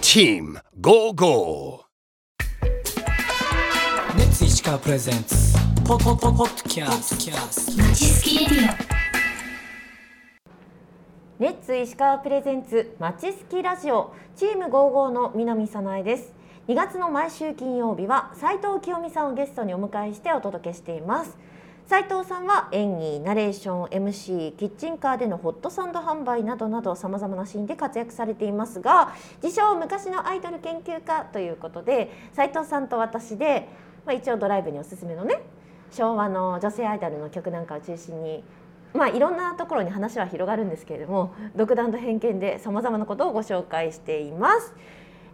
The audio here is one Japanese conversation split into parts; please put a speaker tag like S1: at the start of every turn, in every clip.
S1: Team Go Go
S2: レッツ石川プレゼンツポポポポッドキャスト
S3: レッツ石川プレゼンツまちすきラジオチーム55の南早苗です2月の毎週金曜日は斉藤清美さんをゲストにお迎えしてお届けしています斉藤さんは演技ナレーション MC キッチンカーでのホットサンド販売などなどさまざまなシーンで活躍されていますが自称昔のアイドル研究家ということで斉藤さんと私で、まあ、一応ドライブにおすすめのね昭和の女性アイドルの曲なんかを中心にまあ、いろんなところに話は広がるんですけれども独断と偏見でさまざまなことをご紹介しています。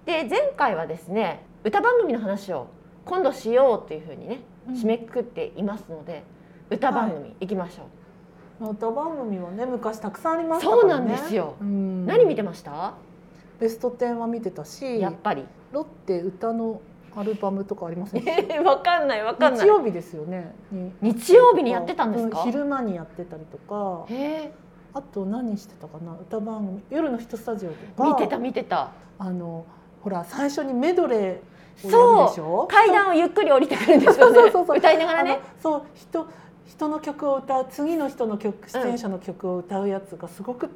S3: で前回はですね歌番組の話を今度しようというふうにね
S4: うん
S3: 締めくくっていますので、歌番組行きましょう、
S4: 歌番組はね昔たくさんありましたから
S3: そ
S4: ね
S3: うなんですよ、
S4: うん
S3: 何見てました、
S4: ベスト10は見てたし
S3: やっぱり
S4: ロッテ歌のアルバムとかありませんでし
S3: えわかんないわ
S4: た
S3: かんな
S4: 日
S3: い
S4: 曜日ですよねに
S3: 日曜日にやってたんですか、
S4: う昼間にやってたりとか
S3: へえ
S4: あと何してたかな歌番組夜のヒットスタジオとか
S3: 見てた見てた
S4: あのほら最初にメドレーをやるでし
S3: そ
S4: ょ
S3: う階段をゆっくり降りてくるんですよね
S4: そうそうそうそう
S3: 歌いながら
S4: あ
S3: ね
S4: のそう人人の曲を歌う次の人の曲出演者の曲を歌うやつがすごく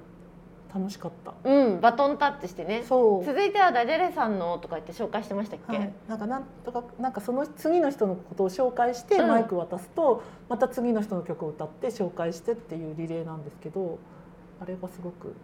S4: 楽しかった、
S3: うんバトンタッチしてね
S4: そう
S3: 続いては誰々さんのとか言って紹介してましたっけ、
S4: はい、なんかなんとかなんかその次の人のことを紹介して
S3: うん
S4: マイク渡すと、また次の人の曲を歌って紹介してっていうリレーなんですけどあれがすごく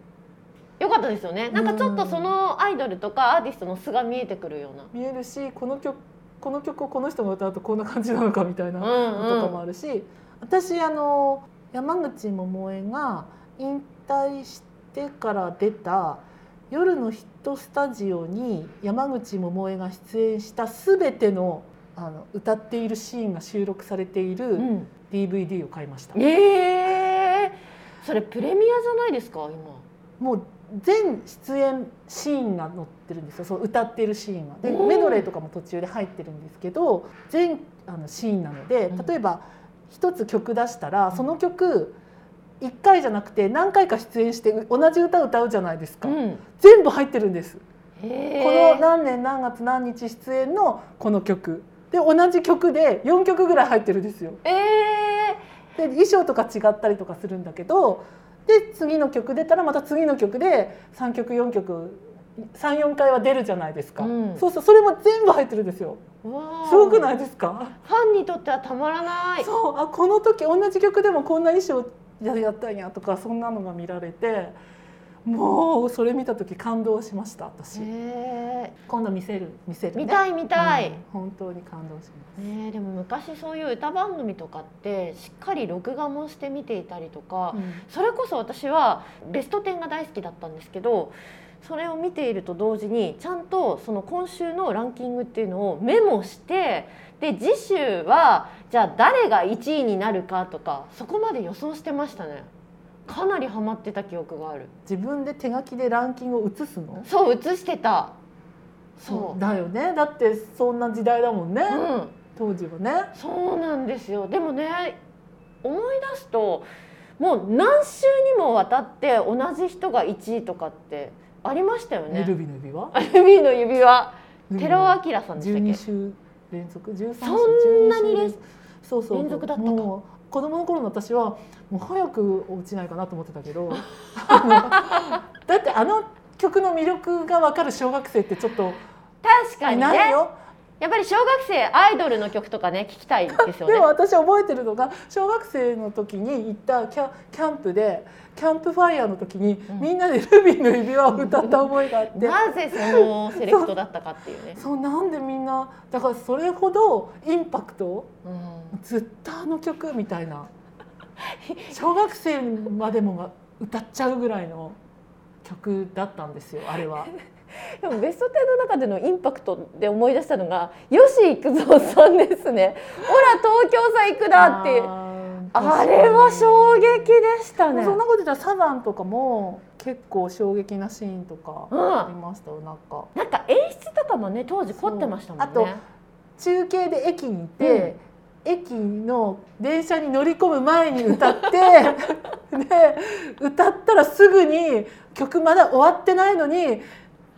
S3: よかったですよねなんかちょっとそのアイドルとかアーティストの素が見えてくるような
S4: 見えるしこの曲この曲をこの人が歌うとこんな感じなのかみたいなの
S3: うんうん
S4: とかもあるし、私あの山口百恵が引退してから出た「夜のヒットスタジオ」に山口百恵が出演した全てのあの歌っているシーンが収録されている、
S3: うん、
S4: DVD を買いました
S3: ええそれプレミアじゃないですか今
S4: もう全出演シーンが載ってるんですよそう歌ってるシーンがで
S3: うん
S4: メドレーとかも途中で入ってるんですけど全あのシーンなので
S3: うん
S4: 例えば一つ曲出したらその曲一回じゃなくて何回か出演して同じ歌歌うじゃないですか、
S3: ん
S4: 全部入ってるんです、
S3: へえ
S4: この何年何月何日出演のこの曲で同じ曲で4曲ぐらい入ってるんですよ
S3: ええ
S4: で衣装とか違ったりとかするんだけどで次の曲出たらまた次の曲で3曲4曲34回は出るじゃないですか、
S3: うん
S4: そうそうそれも全部入ってるんですよ
S3: わあ
S4: すごくないですか
S3: ファンにとってはたまらない
S4: そうあこの時同じ曲でもこんな衣装ややったんやとかそんなのが見られてもうそれ見た時感動しました私、
S3: え
S4: 今度見せる見せる、
S3: え見たい見たい、
S4: うん本当に感動しま
S3: ねえでも昔そういう歌番組とかってしっかり録画もして見ていたりとか、
S4: す、
S3: それこそ私はベスト10が大好きだったんですけどそれを見ていると同時にちゃんとその今週のランキングっていうのをメモしてで次週はじゃあ誰が1位になるかとかそこまで予想してましたねかなりハマってた記憶がある
S4: 自分で手書きでランキングを写すの
S3: そう映してた
S4: そ
S3: そうう
S4: だよねだってそんな時代だもんね、
S3: うん
S4: 当時はね
S3: そうなんですよでもね思い出すともう何週にもわたって同じ人が1位とかってありましたよね
S4: ルビの指輪
S3: アル ビーの指輪、寺尾
S4: は
S3: 明さんでしたっ
S4: 12
S3: け？
S4: 週連続13週
S3: そんなに
S4: 12週
S3: 連
S4: そうそう
S3: 連続だったか
S4: もう子供の頃の私はもう早く落ちないかなと思ってたけ どあのだってあの曲の魅力が分かる小学生ってちょっと
S3: 確か
S4: い
S3: に
S4: ない
S3: ね。
S4: よ、
S3: やっぱり小学生アイドルの曲とかね聞きたいですよ
S4: でも
S3: ね。
S4: 私覚えてるのが小学生の時に行ったキャキャンプでキャンプファイヤーの時に、
S3: うん
S4: みんなでルビーの指輪を歌った覚えがあって
S3: なぜそのセレクトだったかっていうね。
S4: そうなんでみんなだからそれほどインパクト
S3: うん
S4: ずっとあの曲みたい な小学生までもが歌っちゃうぐらいの曲だったんですよあれは
S3: でもベストテンの中でのインパクトで思い出したのが吉幾三さんですね。ほら東京さ行くだって。
S4: ー
S3: あれは衝撃でしたね。
S4: そんなこと言ったらサザンとかも結構衝撃なシーンとかありましたよなんか
S3: なんか演出とかもね当時凝ってましたもんね。
S4: そうあ中継で駅にいて、駅の電車に乗り込む前に歌 ってで歌ったらすぐに曲まだ終わってないのに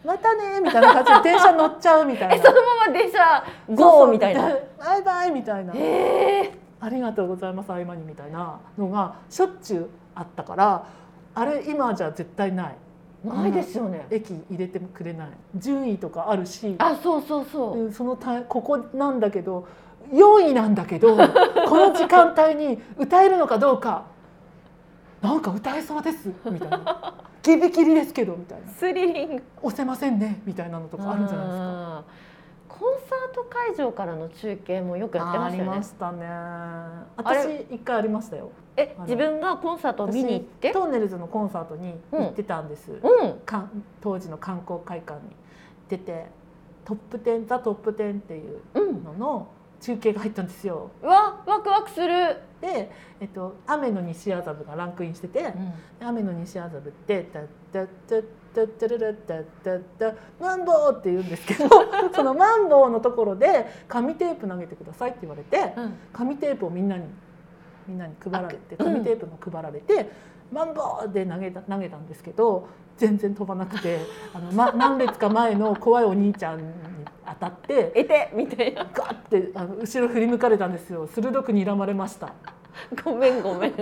S4: またねみたいな感じで電車乗っちゃうみたいな
S3: えそのまま電車ゴーみたい
S4: そ
S3: な
S4: うそうバイバイみたいな
S3: ええ
S4: ありがとうございます合間にみたいなのがしょっちゅうあったからあれ今じゃ絶対ない
S3: ないですよね
S4: 駅入れてもくれない順位とかあるし
S3: あそうそうそう
S4: うんそのたここなんだけど4位なんだ けどこの時間帯に歌えるのかどうかなんか歌えそうですみたい なギリギリですけどみたいな
S3: スリリング
S4: 押せませんねみたいなのとかあるんじゃないですか。
S3: あーコンサート会場からの中継もよくやってましたよね
S4: したね。
S3: れ
S4: 私一回ありましたよ。
S3: え
S4: あの
S3: 自分がコンサートを見に行って
S4: 私トンネルズのコンサートに行ってたんです。
S3: うん
S4: かん当時の観光会館に出てトップ10ザトップ10っていう
S3: うん
S4: のの中継が入ったんですよ。
S3: うわワクワクする、
S4: で、えっと雨の西麻布がランクインしてて、雨の西麻布ってタッタッタッタッタッタッタッタッマンボウって言うんですけ ど、そのマンボウのところで紙テープ投げてくださいって言われて。
S3: うん
S4: 紙テープをみんなにみんなに配られて
S3: あうん
S4: 紙テープも配られて、マンボウで投げた投げたんですけど全然飛ばなくてあの、 ま、何列か前の怖いお兄ちゃんに当たって
S3: えてみたいな
S4: ガッてあの後ろ振り向かれたんですよ鋭く睨まれました
S3: ごめんごめんい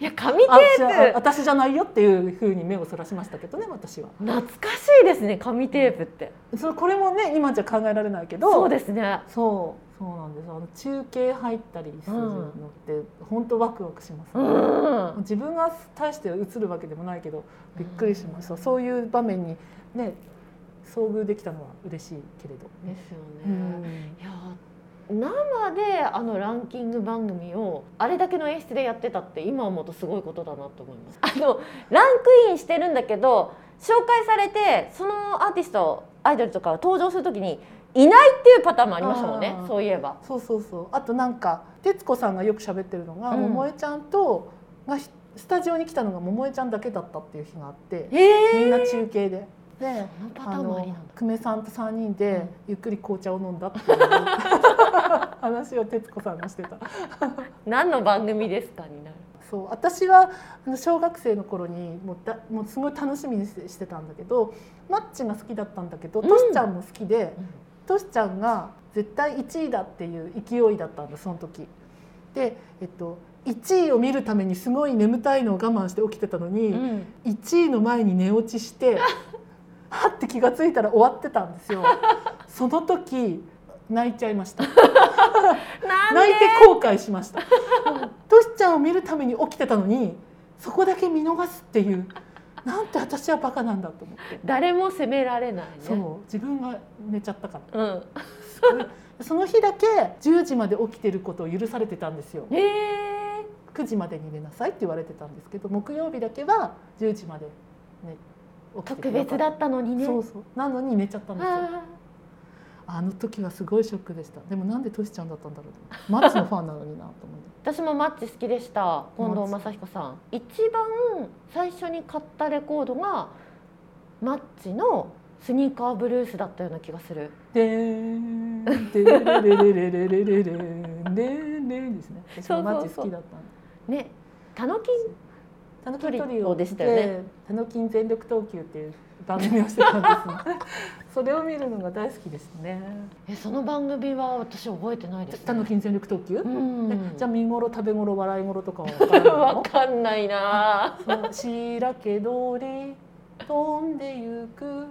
S3: や紙テ
S4: あじゃあ
S3: ープ
S4: 私じゃないよっていうふうに目をそらしましたけどね私は
S3: 懐かしいですね紙テープって
S4: それこれもね今じゃ考えられないけど
S3: そうですね
S4: そうそうなんですあの中継入ったりするのって、本当ワクワクします
S3: う
S4: ね、
S3: ん
S4: 自分が大して映るわけでもないけどびっくりしました、そういう場面にね遭遇できたのは嬉しいけれど、
S3: ですよね、
S4: うん
S3: いや生であのランキング番組をあれだけの演出でやってたって今思うとすごいことだなと思いますあのランクインしてるんだけど紹介されてそのアーティストアイドルとかが登場するときにいないっていうパターンもありましたもんね
S4: あー
S3: そういえば
S4: そうそうそうあとなんか徹子さんがよく喋ってるのが、
S3: うん
S4: 桃江ちゃんとがひスタジオに来たのが桃江ちゃんだけだったっていう日があって
S3: へ
S4: み
S3: え
S4: んな中継で。で
S3: そのパタ
S4: あ
S3: ーンもあり
S4: の
S3: なんだ
S4: 久米さんと3人で、
S3: うん
S4: ゆっくり紅茶を飲んだっていう話を徹子さんがしてた
S3: 何の番組ですかになる
S4: そう私はあの小学生の頃にもうだもうすごい楽しみにしてしてたんだけどマッチが好きだったんだけど、
S3: うん
S4: トシちゃんも好きで
S3: うん
S4: トシちゃんが絶対1位だっていう勢いだったんだその時。で、えっと、1位を見るためにすごい眠たいのを我慢して起きてたのに、1位の前に寝落ちして はって気がついたら終わってたんですよ。その時泣いちゃいました。
S3: なん
S4: 泣い
S3: で
S4: て後悔しましたトシちゃんを見るために起きてたのにそこだけ見逃すっていうなんて私はバカなんだと思って
S3: 誰も責められないね
S4: そう自分が寝ちゃったから
S3: うん
S4: すご いその日だけ10時まで起きてることを許されてたんですよ
S3: へえ
S4: 9時までに寝なさいって言われてたんですけど木曜日だけは10時まで、ね、起きて
S3: 特別だったのにね
S4: そうそうなのに寝ちゃったんですよ
S3: あ
S4: あの時はすごいショックでしたでもなんでトシちゃんだったんだろうと思ってマッチのファンなのになと思って。
S3: ー私もマッチ好きでした近藤正彦さん一番最初に買ったレコードがマッチのスニーカーブルースだったような気がする
S4: でーんでれれれれれれれれれんでんですね。私もマッチ好きだったんで。
S3: ねタノキン
S4: タノ
S3: キ
S4: キ
S3: ン
S4: ン
S3: ト
S4: ト
S3: リ
S4: リ
S3: オ
S4: オ
S3: でしたよね
S4: タノキン全力投球っていう番組をしてたんです、ね。それを見るのが大好きですね。
S3: えその番組は私覚えてないです、ね、
S4: タノキン全力投球？
S3: うん
S4: でじゃあ見頃食べ頃笑い頃とかは分からない
S3: わ
S4: の
S3: かんな いな
S4: そう？白毛鳥飛んでゆく。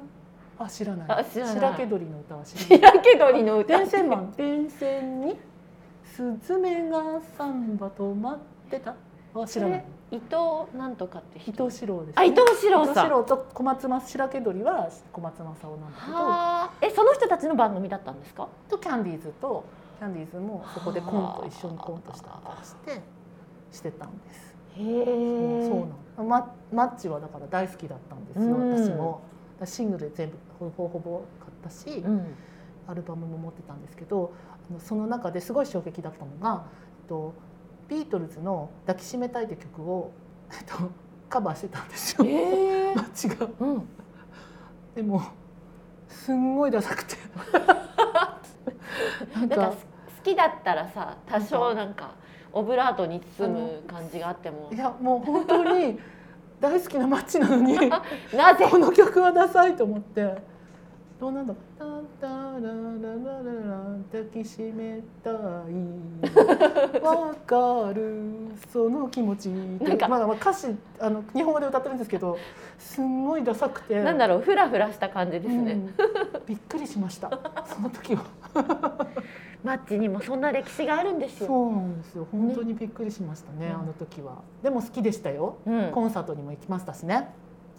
S4: あ知らな
S3: あ
S4: い。
S3: 知らない
S4: 白毛鳥の歌は 知らない。
S3: やけどりの歌
S4: 電線マン電線にスズメがサンバ止まってたあ知らない
S3: 伊藤なんとかって
S4: 伊
S3: 人
S4: 藤四郎です、
S3: あ伊藤四郎さん
S4: 伊藤四郎と小松正白毛鳥は小松正夫なんだけど
S3: はあえその人たちの番組だったんですか
S4: とキャンディーズとキャンディーズもそこでコン
S3: はあ
S4: ト一緒にコントしたりとかしてしてたんです
S3: へ
S4: そう
S3: え
S4: そうなのママッチはだから大好きだったんですよ、
S3: うん
S4: 私もだからシングル全部ほぼほぼ買ったし、
S3: うん
S4: アルバムも持ってたんですけどあのその中ですごい衝撃だったのが、えっと、ビートルズの「抱きしめたい」って曲を、えっと、カバーしてたんですよ。
S3: え
S4: マッチが
S3: うん
S4: でもすんごいダサ くてなん
S3: なん
S4: か
S3: か好きだったらさ多少なんかオブラートに包む感じがあっても
S4: いやもう本当に大好きなマッチなのに
S3: なぜ
S4: この曲はダサいと思ってどうなんだ「タンタラララララン抱きしめたい」「わかるその気持ち」
S3: なんか
S4: まだまあ歌詞あの日本語で歌ってるんですけどすんごいダサくて。
S3: なんだろうフラフラした感じですね、
S4: うんびっくりしましたその時は
S3: マッチにもそんな歴史があるんですよ
S4: そうなんですよ本当にびっくりしましたね
S3: うん
S4: あの時はでも好きでしたよ、
S3: うん
S4: コンサートにも行きましたしね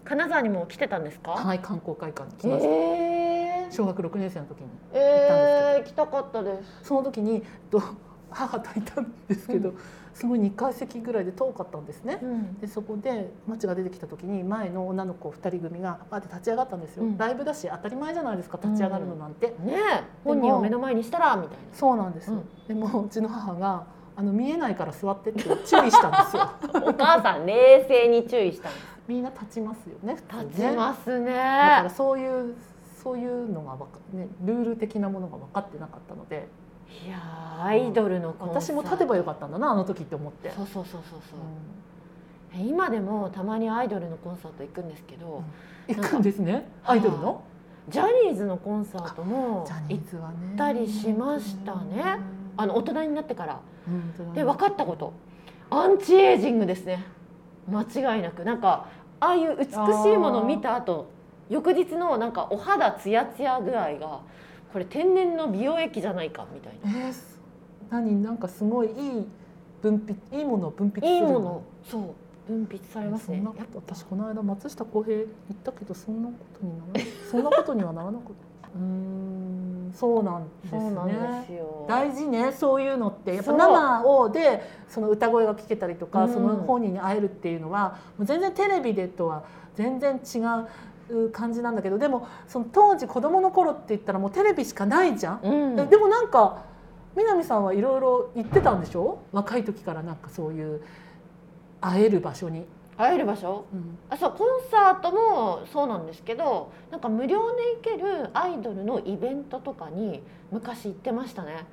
S3: 金沢にも来てたんですか
S4: はい観光会館に来
S3: え
S4: ました、
S3: え
S4: 小学6年生の時に
S3: ええ来たかったです
S4: その時にえっと母といたんですけど、すごい2階席ぐらいで遠かったんですね、でそこでマッチが出てきた時に前の女の子2人組がバーって立ち上がったんですよ、
S3: うん
S4: ライブだし当たり前じゃないですか立ち上がるのなんて、
S3: ねえ本人を目の前にしたらみたいな
S4: そうなんです、
S3: うん
S4: でもうちの母があの見えないから座ってって注意したん ですよ
S3: お母さん冷静に注意したんで
S4: みんな立ちますよね普通ね
S3: す立ちますね
S4: だからそういうそういうのがわか、ね、ルール的なものが分かってなかったので
S3: いやーアイドルのコンサート
S4: 私も立てばよかったんだなあの時って思って
S3: そうそうそうそうそううんえ今でもたまにアイドルのコンサート行くんですけど、
S4: 行くんですねアイドルの
S3: ジャニーズのコンサートも行っ
S4: ズはね行った
S3: りしましたねあの大人になってからで分かったことアンチエイジングですね間違いなくなんかああいう美しいものを見た後翌日のなんかお肌ツヤツヤ具合がこれ天然の美容液じゃないかみたい
S4: えーす何なんかすごいいい分泌いいものを分泌する
S3: ないいものそう分泌されます
S4: そ
S3: ね
S4: んな
S3: やっ
S4: こと私この間松下洸平行ったけどそんなことにならないそんなことにはならなかっ たうーんそうなんで
S3: ぱ
S4: す
S3: そうなんで
S4: ね
S3: すよ
S4: 大事ねそういうのってやっぱ
S3: そう
S4: 生をでその歌声が聞けたりとか、
S3: うん
S4: その本人に会えるっていうのはもう全然テレビでとは全然違う感じなんだけどでもその当時子供の頃って言ったらもうテレビしかないじゃん。
S3: うん
S4: でもなんか南さんはいろいろ言ってたんでしょ若い時からなんかそういう会える場所に。
S3: 会える場所あそうコンサートもそうなんですけどなんか無料で行けるアイドルのイベントとかに昔行ってましたね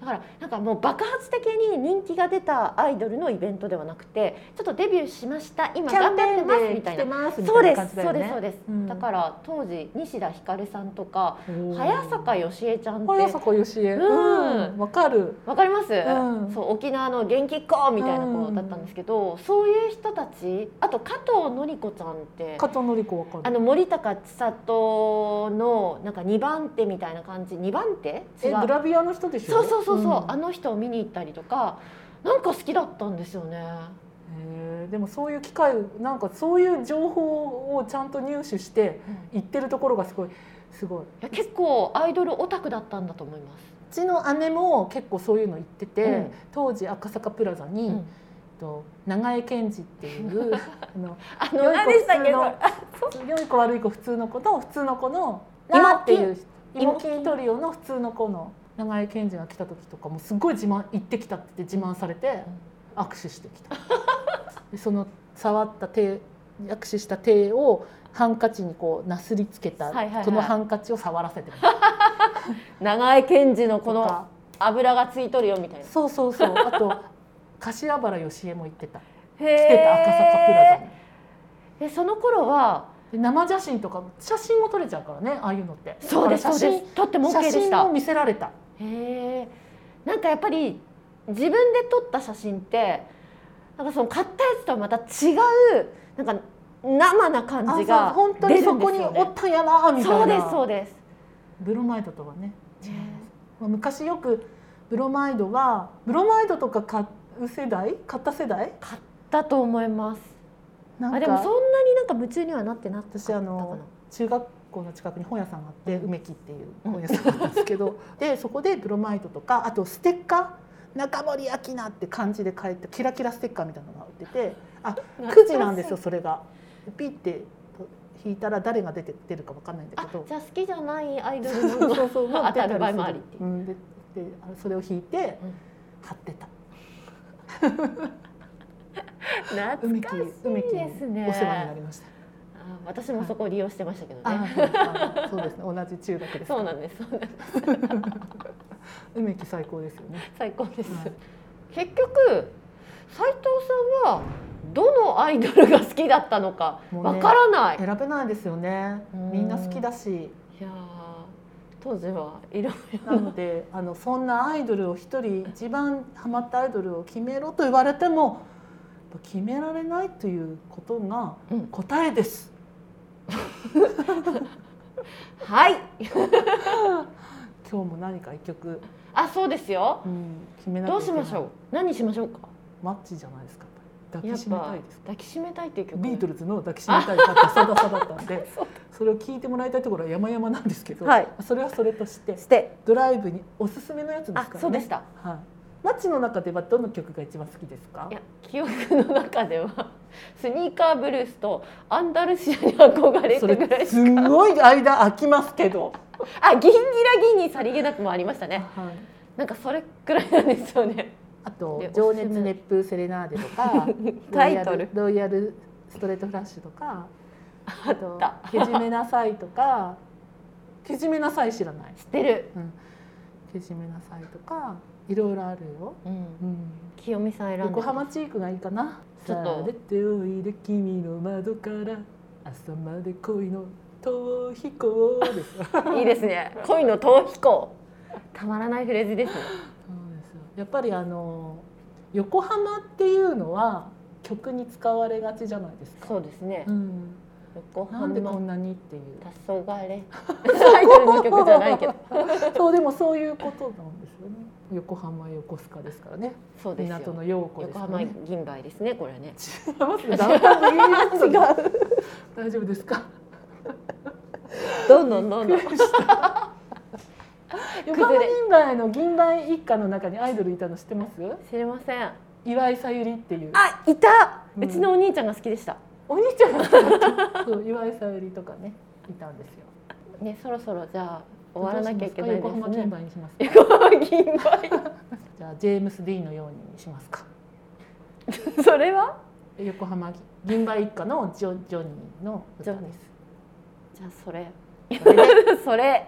S3: だからなんかもう爆発的に人気が出たアイドルのイベントではなくてちょっとデビューしました今
S4: キャ
S3: 頑
S4: ン
S3: 張
S4: ペーンで
S3: ってますみた
S4: 来
S3: い
S4: て
S3: な
S4: ますみた
S3: そう
S4: いな
S3: です
S4: 感じだ
S3: そ
S4: よね。
S3: うですそうです、
S4: うん
S3: だから当時西田ひかるさんとか
S4: おー
S3: 早坂よしえちゃんって
S4: 早坂よしえ。
S3: うん
S4: うんわかる。
S3: わかります、
S4: うん
S3: そう沖縄の元気っ子みたいな子だったんですけど、そういう人たちあと加藤のり子ちゃんって
S4: 加藤のり子わかる。
S3: あの森高千里のなんか2番手みたいな感じ2番手違
S4: えグ
S3: う
S4: ラビアの人でしょ
S3: そうそうそうそう、
S4: ん
S3: あの人を見に行ったりとかなんか好きだったんですよね
S4: へーでもそういう機会なんかそういう情報をちゃんと入手して行ってるところがすごいすごい
S3: いや結構アイドルオタクだったんだと思います、
S4: うちの姉も結構そういうの行ってて、
S3: うん
S4: 当時赤坂プラザに、
S3: うん
S4: と長江健二っていう あの
S3: あ
S4: 良
S3: の
S4: い
S3: 何
S4: 子
S3: でしたっけ
S4: 普通の
S3: それ
S4: 良い子悪い子普通の子と普通の子の
S3: ラー
S4: 今っていう
S3: キン
S4: 芋金トリオの普通の子の長江健二が来た時とかもすごい自慢行ってきたって言って自慢されて握手してきた でその触った手握手した手をハンカチにこうなすりつけた、
S3: はいはいはい
S4: このハンカチを触らせてもらった
S3: 長江健二の
S4: と
S3: この
S4: か
S3: 油がついとるよみたいな
S4: そうそう そうあと柏原芳恵も行ってた
S3: 来
S4: 来てた赤坂プラザに
S3: ザその頃は
S4: で生写真とか写真も撮れちゃうからねああいうのって
S3: そうです
S4: だ
S3: そう
S4: から写
S3: で
S4: 真
S3: すとっても OK で
S4: 写
S3: し
S4: 真
S3: た
S4: を見せられた
S3: へえなんかやっぱり自分で撮った写真ってなんかその買ったやつとはまた違うなんか生な感じ
S4: あ
S3: が
S4: そう本当
S3: 出
S4: に
S3: る
S4: そ
S3: んで
S4: こ
S3: す
S4: に
S3: よ
S4: お
S3: ね
S4: ったんやなみた
S3: そ
S4: いうな
S3: ですそうです
S4: ブロマイドとはね違い
S3: ね
S4: ますまあ昔よくブロマイドはブロマイドとか買う世代買った世代
S3: 買ったと思います
S4: なんか
S3: あでもそんなになんか夢中にはなってなかった
S4: 私あの中学校の近くに本屋さんがあって、
S3: うん
S4: 梅木っていう本屋さんがあったんですけ ど、でそこでブロマイドとかあとステッカー中森明菜って漢字で書いてキラキラステッカーみたいなのが売っててあ9時なんですよそれが。ピッて引いたら誰が出て出るかわかんないんだ
S3: あ
S4: けど
S3: じゃあ好きじゃないアイ ドル
S4: そうそう
S3: の
S4: そう、
S3: 当たる場合
S4: 出
S3: も
S4: た
S3: あ
S4: り
S3: り
S4: するうん、で、で、あのそれを引いて、買ってた。
S3: 懐
S4: 梅
S3: か
S4: 木
S3: し
S4: 梅木
S3: いですね
S4: お世話になりました。
S3: あ私もそこ利用してましたけど
S4: あ
S3: ね
S4: ー、そうですね、同じ中学です。
S3: そうなんですそうなんです
S4: 梅木最高ですよね。
S3: 最高です、
S4: はい
S3: 結局斉藤さんはどのアイドルが好きだったのか
S4: もうね
S3: わからない、
S4: 選べないですよね
S3: うん
S4: みんな好きだし
S3: いやー当時はいろい
S4: なの であのそんなアイドルを一人一番ハマったアイドルを決めろと言われてもやっぱ決められないということが
S3: うん
S4: 答えです、
S3: ろはい
S4: 今日も何か一曲、
S3: あそうですよ
S4: うん、決めなきゃい
S3: ど
S4: うけ
S3: し
S4: ない
S3: ましょう何しましょうか
S4: マッチじゃないですかやっぱり抱
S3: やっ
S4: きしめた
S3: ぱ
S4: いです
S3: 抱きしめたいっていう曲
S4: ビートルズの抱きしめたいだってさださだったん でそれを聞いてもらいたいところは山々なんですけど、
S3: はい
S4: それはそれとして
S3: して
S4: ドライブにおすすめのやつですから
S3: あ
S4: ね
S3: そうでした
S4: はい、マッチの中ではどの曲が一番好きですか
S3: いや記憶の中ではスニーカーブルースとアンダルシアに憧れ
S4: そ
S3: てぐら
S4: れ
S3: いし
S4: すんごい間空きますけど、
S3: あギンギラギンにさりげなくもありましたね
S4: はい、
S3: なんかそれくらいなんですよね
S4: あと
S3: で
S4: 「情熱
S3: おすすめ
S4: 熱風セレナーデ」とか
S3: タイトル
S4: ロイヤル「ロイヤルストレートフラッシュ」とかあと
S3: あ
S4: 「けじめなさい」とか「けじめなさい」知らない
S3: 知ってる、
S4: 「けじめなさい」とかいろいろあるよ、うん、
S3: 清美さん選んで
S4: 横浜チークがいいかな「
S3: ちょっと
S4: さあ出ておいで君の窓から朝まで恋の逃避行」ですよ そう
S3: いいですね 恋の逃避行たまらないフレーズですね
S4: ですよやっぱりあの横浜っていうのは曲に使われがちじゃないですか。
S3: そうですね
S4: うん
S3: 横
S4: な
S3: 浜
S4: ん
S3: 黄
S4: でこんなにっていう
S3: 昏タイトルの曲じゃないけど
S4: そうでもそういうことなんですよね横浜横須賀ですからね
S3: そうですよ
S4: 港の陽子です
S3: 横
S4: から
S3: 浜
S4: ね
S3: 銀杯ですねこれはね
S4: 違いますだんだん 言いやつが大丈夫ですか
S3: どんどんどんどん
S4: 横浜銀杯の銀杯一家の中にアイドルいたの知ってます
S3: 知りませんあ
S4: 岩井さゆりっていう
S3: いた、
S4: う
S3: うんちのお兄ちゃんが好きでした
S4: お兄ちゃんが好きだった そう岩井さゆりとかねいたんですよ
S3: ねそろそろじゃあ終わらなきゃいけないです
S4: どうしますか横浜
S3: ね
S4: 銀杯にします
S3: 横浜銀杯
S4: じゃあジェームス・ディーンのようにしますか
S3: それは
S4: 横浜銀杯一家のジョジョニーの歌
S3: ジョ
S4: で
S3: ニ
S4: す
S3: じゃあそれ
S4: それで
S3: それ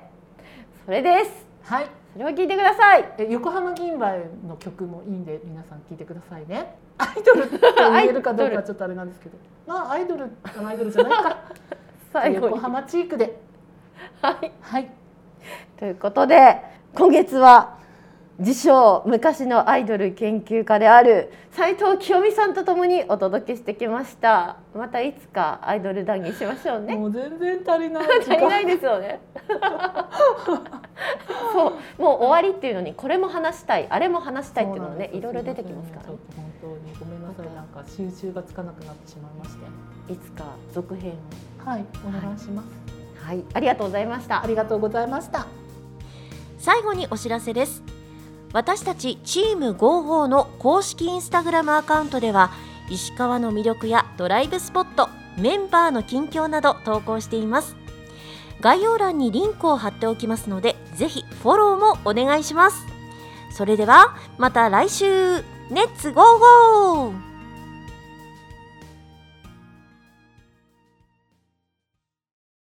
S3: それです
S4: はい
S3: それを聞いてください
S4: え横浜銀杯の曲もいいんで皆さん聞いてくださいねアイドルって言えるかどうかはちょっとあれなんですけどまあアイドルアイドルじゃないか
S3: 最後
S4: 横
S3: に
S4: 浜チークで
S3: はい
S4: はい
S3: ということで今月は自称昔のアイドル研究家である斉藤清美さんとともにお届けしてきましたまたいつかアイドル談義しましょうね
S4: もう全然足りない
S3: 足りないですよねそうもう終わりっていうのにこれも話したいあれも話したいっていうのがねいろいろ出てきますから
S4: ちょっと本当にごめんなさい
S3: また
S4: なんか集中がつかなくなってしまいまして
S3: いつか続編を
S4: はいお願いします、
S3: はいありがとうございました
S4: ありがとうございました
S3: 最後にお知らせです私たちチーム55の公式インスタグラムアカウントでは石川の魅力やドライブスポットメンバーの近況など投稿しています概要欄にリンクを貼っておきますのでぜひフォローもお願いしますそれではまた来週レッツゴーゴー